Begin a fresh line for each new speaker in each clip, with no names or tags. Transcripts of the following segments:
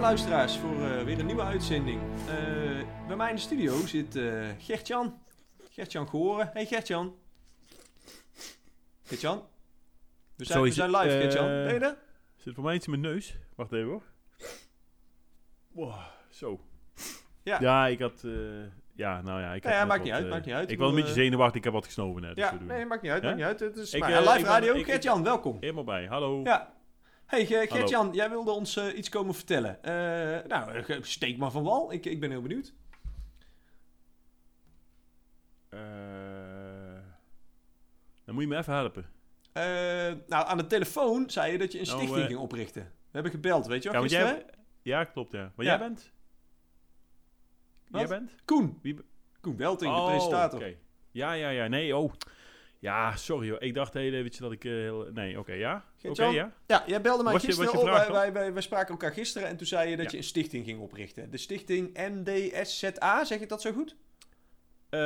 luisteraars voor eh, weer een nieuwe uitzending. Eh, bij mij in de studio zit eh, Gert-Jan. Gert-Jan Gehoren. Hey Gert-Jan. Gert-Jan? We zijn,
Zo
we
is
zijn
het.
live, Gert-Jan.
Eh,
Ben je er?
Zit voor mij iets in mijn neus? Wacht even hoor. Wow, zo.
Ja.
ja, ik had... eh, ja, nou ja. Ik
Nee,
had
ja,
net
maakt niet
wat,
uit,
eh,
maakt niet uit.
Ik was een
Ik
beetje
bedoel,
zenuwachtig. Ik heb wat gesnoven net. dus
Ja,
dat doe ik.
nee, maakt niet uit,
Ja?
maakt niet uit. Het is
Ik,
maar,
eh,
live
ik ben-
radio.
ik- ik-
Gert-Jan, welkom.
Helemaal bij. Hallo.
Ja. Hey Ge-
Hallo.
Gert-Jan, jij wilde ons eh, iets komen vertellen. Eh, nou, eh, ge- steek maar van wal. Ik, ik ben heel benieuwd.
Eh, dan moet je me even helpen.
Eh, nou, aan de telefoon zei je dat je een
Nou,
stichting
eh,
ging oprichten. We hebben gebeld, weet je wel,
Ja, want
gisteren,
jij... Ja, klopt ja. Maar
Ja.
jij bent?
Wat?
Jij bent?
hè? Koen.
Wie be-
Koen Welting, de presentator.
Oh, oké. Ja, ja, ja. Nee, oh. Ja, sorry hoor. Ik dacht heel eventjes dat ik... eh, heel... Nee, oké, ja. Oké,
Gert-Jan?
ja.
Ja, jij belde mij
Was je-
gisteren
was je
op.
vraag
Wij, wij, wij, wij spraken elkaar gisteren en toen zei je dat
Ja.
je een stichting ging oprichten. De stichting MDSZA, zeg ik dat zo goed?
Eh,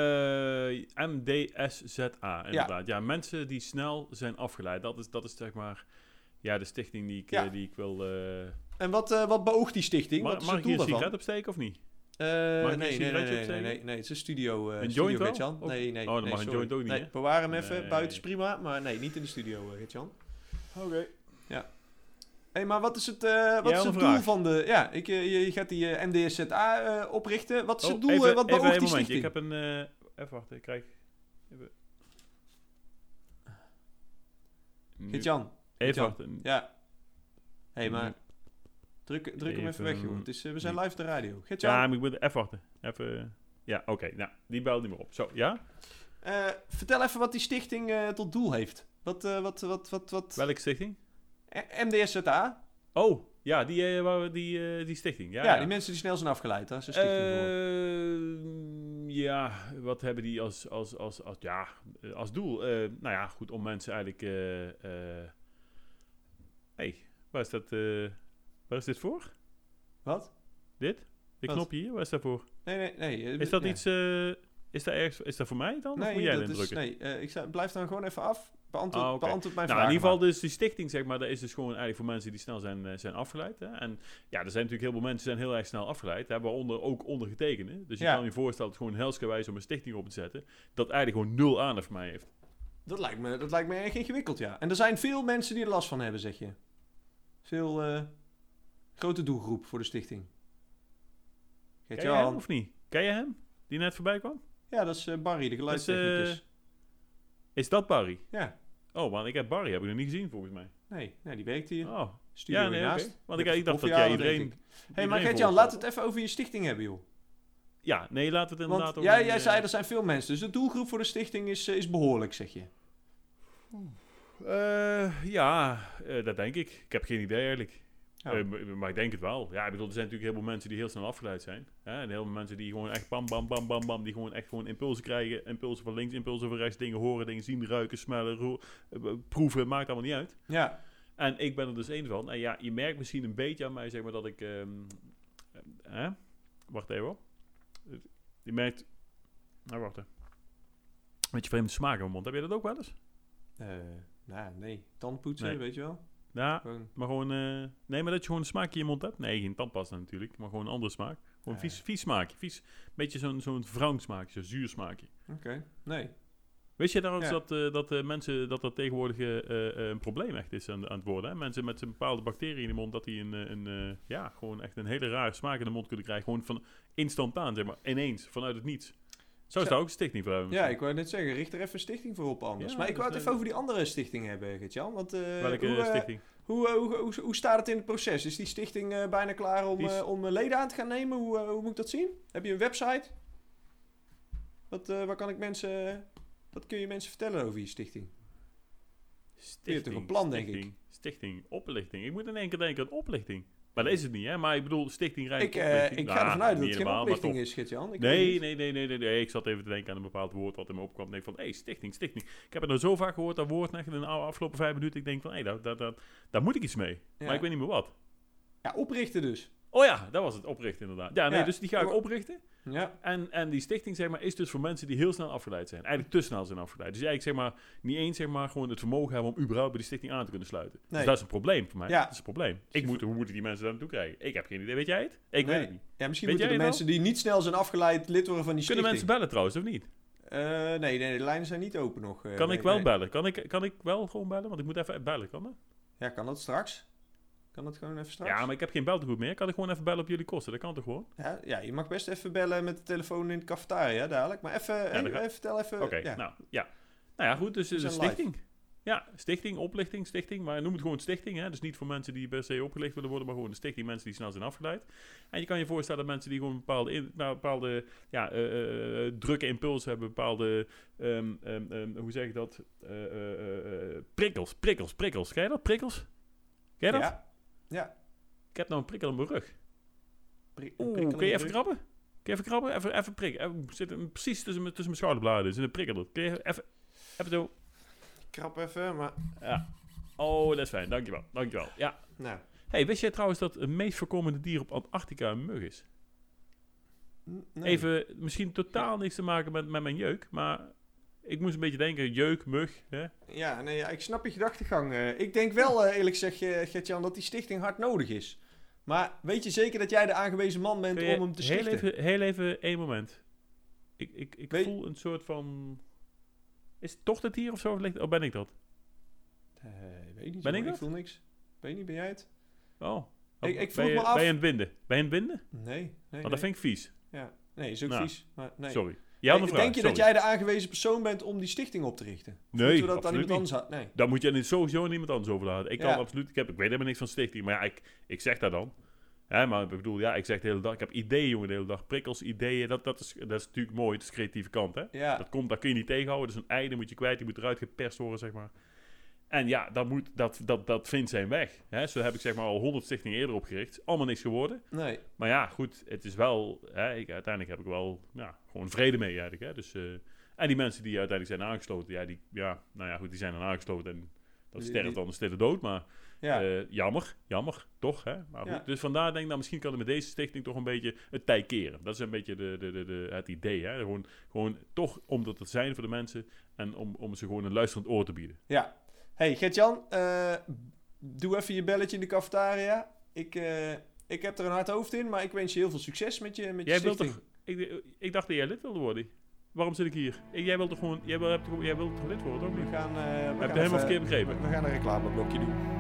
MDSZA, inderdaad. Ja. mensen die snel zijn afgeleid. Dat is, dat is zeg maar ja, de stichting die ik, eh,
Ja.
die ik wil... eh
En wat, eh, wat beoogt die stichting?
mag
wat is
mag
het
ik hier
doel
een
daarvan?
sigaret opsteken of niet?
Eh,
hier
nee, nee,
een
nee,
sigaretje
nee, nee,
opsteken?
nee, nee, het is een studio. eh
Een
studio,
joint wel?
Gert-Jan.
Of-
Nee, nee.
Oh, dan
nee,
mag een
sorry.
joint ook niet,
Nee,
hè?
bewaar hem even.
Nee.
Buiten is prima, maar nee, niet in de studio, eh, Gert-Jan.
Oké.
Hé, maar wat is het, eh, wat
Jij
is
had
het
een
doel
vraag.
van de... Ja, ik, eh, je, je gaat die eh, MDSZA eh, oprichten. Wat is het doel? eh, wat
Oh, even
beoogt
een
die
momentje.
stichting?
Ik heb een... eh, even wachten, ik krijg... Even, Nu-
Gert-Jan,
even
Jan.
wachten.
ja. Hé, hey, maar
Nu-
druk, druk hem even
Even-
weg, joh. Het is, eh, we zijn live op de radio. Gert-Jan,
Ja, maar ik moet even wachten. Even... Ja, oké. Nou, die belt niet meer op. Zo, ja?
eh, vertel even wat die stichting eh, tot doel heeft. Wat, eh, wat, wat, wat, wat...
Welke stichting?
Eh, MDSZA?
Oh, ja, die, eh, waar we- die, eh, die stichting.
Ja,
Ja, Eh, ja,
die mensen die snel zijn afgeleid, daar is een stichting voor.
Ehm, ja, wat hebben die als, als, als, als, ja, eh, als doel? Eh, nou ja, goed, om mensen eigenlijk... eh, eh, hey, waar is dat... eh, waar is dit voor?
Wat?
Dit? Dit
Wat?
knopje hier, waar is dat voor?
Nee, nee, nee. eh,
Is dat
ja.
iets... eh, is dat ergens... Is dat voor mij dan? of
Nee,
moet jij
dat
erin
is,
drukken?
nee eh, ik zei, blijf dan gewoon even af. Beantwoord,
Ah, oké.
beantwoord mijn
nou, in
vraag.
ieder geval dus die stichting, zeg maar, dat is dus gewoon eigenlijk voor mensen die snel zijn, eh, zijn afgeleid. Hè? En ja, er zijn natuurlijk heel veel mensen die zijn heel erg snel afgeleid, hè? waaronder ook ondergetekende. Dus je
Ja.
kan je voorstellen dat het gewoon helsgewijs om een stichting op te zetten, dat eigenlijk gewoon nul aandacht voor mij heeft.
Dat lijkt, me, dat lijkt me erg ingewikkeld, ja. En er zijn veel mensen die er last van hebben, zeg je. Veel eh, grote doelgroep voor de stichting.
Ken
Geert
je hem
Jan.
of niet? Ken je hem? Die net voorbij kwam?
Ja, dat is eh, Barry, de geluidstechnicus.
Dat eh, Is dat Barry?
Ja,
Oh, want ik heb Barry, heb ik nog niet gezien volgens mij.
nee, nee, die werkt hier.
Oh,
Studio
ja, nee, oké.
hiernaast.
Want ik, ik dacht dat
Koffie
jij
halen,
iedereen...
denk hey, maar
iedereen eh.
Gert-Jan,
volgt.
laat het even over je stichting hebben, joh.
Ja, nee, laten we het inderdaad
Want
ook
jij,
een,
jij
eh,
zei er zijn veel mensen, dus de doelgroep voor de stichting is, eh, is behoorlijk, zeg je. dus-
Eh, ja, eh, dat denk ik. Ik heb geen idee eigenlijk.
Ja.
Eh, maar- maar ik denk het wel. Ja, ik bedoel, er zijn natuurlijk heel veel mensen die heel snel afgeleid zijn. Hè? En heel veel mensen die gewoon echt bam, bam, bam, bam, bam. Die gewoon echt gewoon impulsen krijgen. Impulsen van links, impulsen van rechts. Dingen horen, dingen zien, ruiken, smellen, roer- eh, proeven. Maakt allemaal niet uit.
Ja,
En ik ben er dus één van. En ja, je merkt misschien een beetje aan mij, zeg maar, dat ik... ehm, eh, hè? Wacht even hoor. Je merkt... Nou, wacht even. Een beetje vreemde smaak in mijn mond. Heb jij dat ook wel eens?
Eh, nou, nee, tandpoetsen,
Nee.
weet je wel.
Ja,
Gewoon,
Maar gewoon, eh, nee, maar dat je gewoon een smaakje in je mond hebt. Nee, geen tandpasta natuurlijk, maar gewoon een andere smaak. Gewoon
Ah, Ja,
vies, vies smaakje. Vies, beetje zo'n zo'n wrang smaakje, zo'n zuur smaakje.
oké, nee.
Weet je trouwens
Ja.
dat, eh, dat eh, mensen, dat dat tegenwoordig eh, eh, eh, een probleem echt is aan, aan het worden? Hè? Mensen met een bepaalde bacterie in de mond, dat die een, eh, een eh, ja, gewoon echt een hele rare smaak in de mond kunnen krijgen. Gewoon van instantaan, zeg maar, ineens, vanuit het niets. Zou
Zo.
ze daar ook een stichting voor hebben?
Ja, ik wou net zeggen, richt er even een stichting voor op anders.
Ja,
maar ik
dat
wou het
is
even
een-
over die andere stichting hebben, Gert-Jan. Want, eh,
Welke
hoe, eh,
stichting?
Hoe, eh, hoe, hoe, hoe staat het in het proces? Is die stichting eh, bijna klaar om,
Die is-
eh, om eh, leden aan te gaan nemen? Hoe, eh, hoe moet ik dat zien? Heb je een website? Wat, eh, waar kan ik mensen... Wat kun je mensen vertellen over je stichting?
Stichting,
een plan, denk ik.
stichting, Stichting, oplichting. Ik moet in één keer denken aan oplichting. Maar dat is het niet, hè? Maar ik bedoel, stichting rijdt
Ik, eh, ik
Nou,
ga ervan uit dat het geen oplichting is, Gert-Jan. Ik weet
Nee,
niet.
nee, nee, nee, nee, nee. Ik zat even te denken aan een bepaald woord wat in me opkwam. Ik denk van, hé, hey, stichting, stichting. Ik heb het nou zo vaak gehoord, dat woord, net in de afgelopen vijf minuten. Ik denk van, hé, hey, daar, daar, daar, daar moet ik iets mee.
Ja.
Maar ik weet niet meer wat.
Ja, oprichten dus.
Oh ja, dat was het, oprichten inderdaad. Ja, nee,
Ja.
dus die ga ik
Maar-
oprichten.
Ja,
En, en die stichting, zeg maar, is dus voor mensen die heel snel afgeleid zijn. Eigenlijk te snel zijn afgeleid. Dus eigenlijk, zeg maar, niet eens, zeg maar, gewoon het vermogen hebben om überhaupt bij die stichting aan te kunnen sluiten. Dus
Nee.
dat is een probleem voor mij.
Ja. Dus
Dat is een probleem. Ik moet, hoe moeten die mensen daar naartoe krijgen? Ik heb geen idee. Weet jij het? Ik
Nee.
weet het niet.
ja misschien moeten
Weet
de
jij het
mensen die niet snel zijn afgeleid lid worden van die
Kunnen mensen
stichting.
bellen trouwens, of niet?
Eh, nee, nee, de lijnen zijn niet open nog. eh,
Kan
nee,
ik wel
nee.
bellen? Kan ik, kan ik wel gewoon bellen? Want ik moet even bellen, kan dat?
Ja, kan dat straks? Kan dat gewoon even straks?
Ja, maar ik heb geen beltegoed meer. Kan ik gewoon even bellen op jullie kosten? Dat kan toch gewoon?
Ja, ja, je mag best even bellen met de telefoon in de cafetaria dadelijk. Maar even,
dan
eh,
ga-
eh, vertel even.
Oké,
ja.
nou ja. Nou ja, goed, dus het is
We
een
zijn live.
stichting. Ja, stichting, oplichting, stichting. Maar noem het gewoon stichting, hè. Dus niet voor mensen die per se opgelicht willen worden, maar gewoon een stichting. Mensen die snel zijn afgeleid. En je kan je voorstellen dat mensen die gewoon bepaalde, in, nou, bepaalde ja, eh, eh, eh, drukke impulsen hebben, bepaalde, ehm, ehm, ehm, hoe zeg ik dat, Eh, eh, eh, eh, prikkels, prikkels, prikkels. Ken je dat? Prikkels? Ken je dat?
Ja.
Ik heb nou een prikkel op mijn rug.
Pri-
Oeh,
prikkel
kun je
in
even
de
krabben? Kun je even krabben? Even, even prikken. Even- zit hem precies tussen, mijn- tussen mijn schouderbladen. Zit een prikkel. door. Kun je even, even zo.
druk. Krap even, maar...
Ja. Oh, dat is fijn. Dankjewel. Dankjewel. Ja.
Nou,
Hey, wist jij trouwens dat het meest voorkomende dier op Antarctica een mug is?
n- nee.
Even, misschien totaal niks te maken met, met mijn jeuk, maar ik moest een beetje denken, jeuk, mug, hè?
Ja, nee, ja, ik snap je gedachtegang. eh. ik denk wel, eh, eerlijk gezegd, eh, Gert-Jan, dat die stichting hard nodig is. Maar weet je zeker dat jij de aangewezen man bent
Kun je
om hem te
heel
stichten?
even, heel even één moment. Ik, ik, ik
Weet-
voel een soort van... Is het toch dat dier of zo? Of ligt- Oh, ben ik dat?
Eh, weet niet,
Ben
hoor,
ik dat?
voel niks. Weet niet, ben jij het?
Oh.
Ik- ik
Ben
vroeg
je-
me af-
Ben je aan het binden? Ben je aan het binden?
Nee, nee,
Want
nee.
Oh, dat vind ik vies.
Ja. nee is ook
Nou,
vies. Maar nee.
Sorry. Jij had
Hey,
een vraag.
Denk je
Sorry.
dat jij de aangewezen persoon bent om die stichting op te richten? Of
Nee,
moeten we dat aan
absoluut
iemand anders ha- Nee.
Dan moet je het sowieso aan iemand anders overlaten. Ik kan
Ja.
absoluut, ik, heb, ik weet helemaal niks van stichting, maar ja, ik, ik zeg dat dan. Hè, maar ik bedoel, ja, ik zeg de hele dag, ik heb ideeën, jongen, de hele dag. Prikkels, ideeën, dat, dat, is, dat is natuurlijk mooi, het is de creatieve kant, hè.
Ja,
Dat komt, dat kun je niet tegenhouden. Dus een ei, die moet je kwijt, die moet eruit geperst worden, zeg maar. En ja, dat, moet, dat, dat, dat vindt zijn weg. Hè? Zo heb ik zeg maar al 100 stichtingen eerder opgericht. Allemaal niks geworden.
nee.
Maar ja, goed, het is wel... Hè, ik, uiteindelijk heb ik wel ja, gewoon vrede mee eigenlijk. Hè? Dus, eh, en die mensen die uiteindelijk zijn aangesloten... Ja, die, ja, nou ja, goed, die zijn dan aangesloten en dat
Die-
sterft
die-
dan een stille dood. Maar
Ja.
eh, jammer, jammer, toch? Hè? Maar goed,
Ja.
Dus vandaar denk ik, nou, misschien kan ik met deze stichting toch een beetje het tij keren. Dat is een beetje de, de, de, de- het idee. Hè? Gewoon, gewoon toch om dat te zijn voor de mensen en om, om ze gewoon een luisterend oor te bieden.
Ja. Hey, Gert-Jan, eh, doe even je belletje in de cafetaria. Ik, eh, ik heb er een hard hoofd in, maar ik wens je heel veel succes met je, met je
Jij wilt
stichting.
toch, ik, ik dacht dat jij lid wilde worden. Waarom zit ik hier? Ik- Jij wilt toch gewoon, jij wilt, jij wilt toch lid worden, toch?
We
niet?
gaan, eh, we
Heb
gaan
je helemaal
even-
verkeerd begrepen?
We gaan een reclameblokje doen.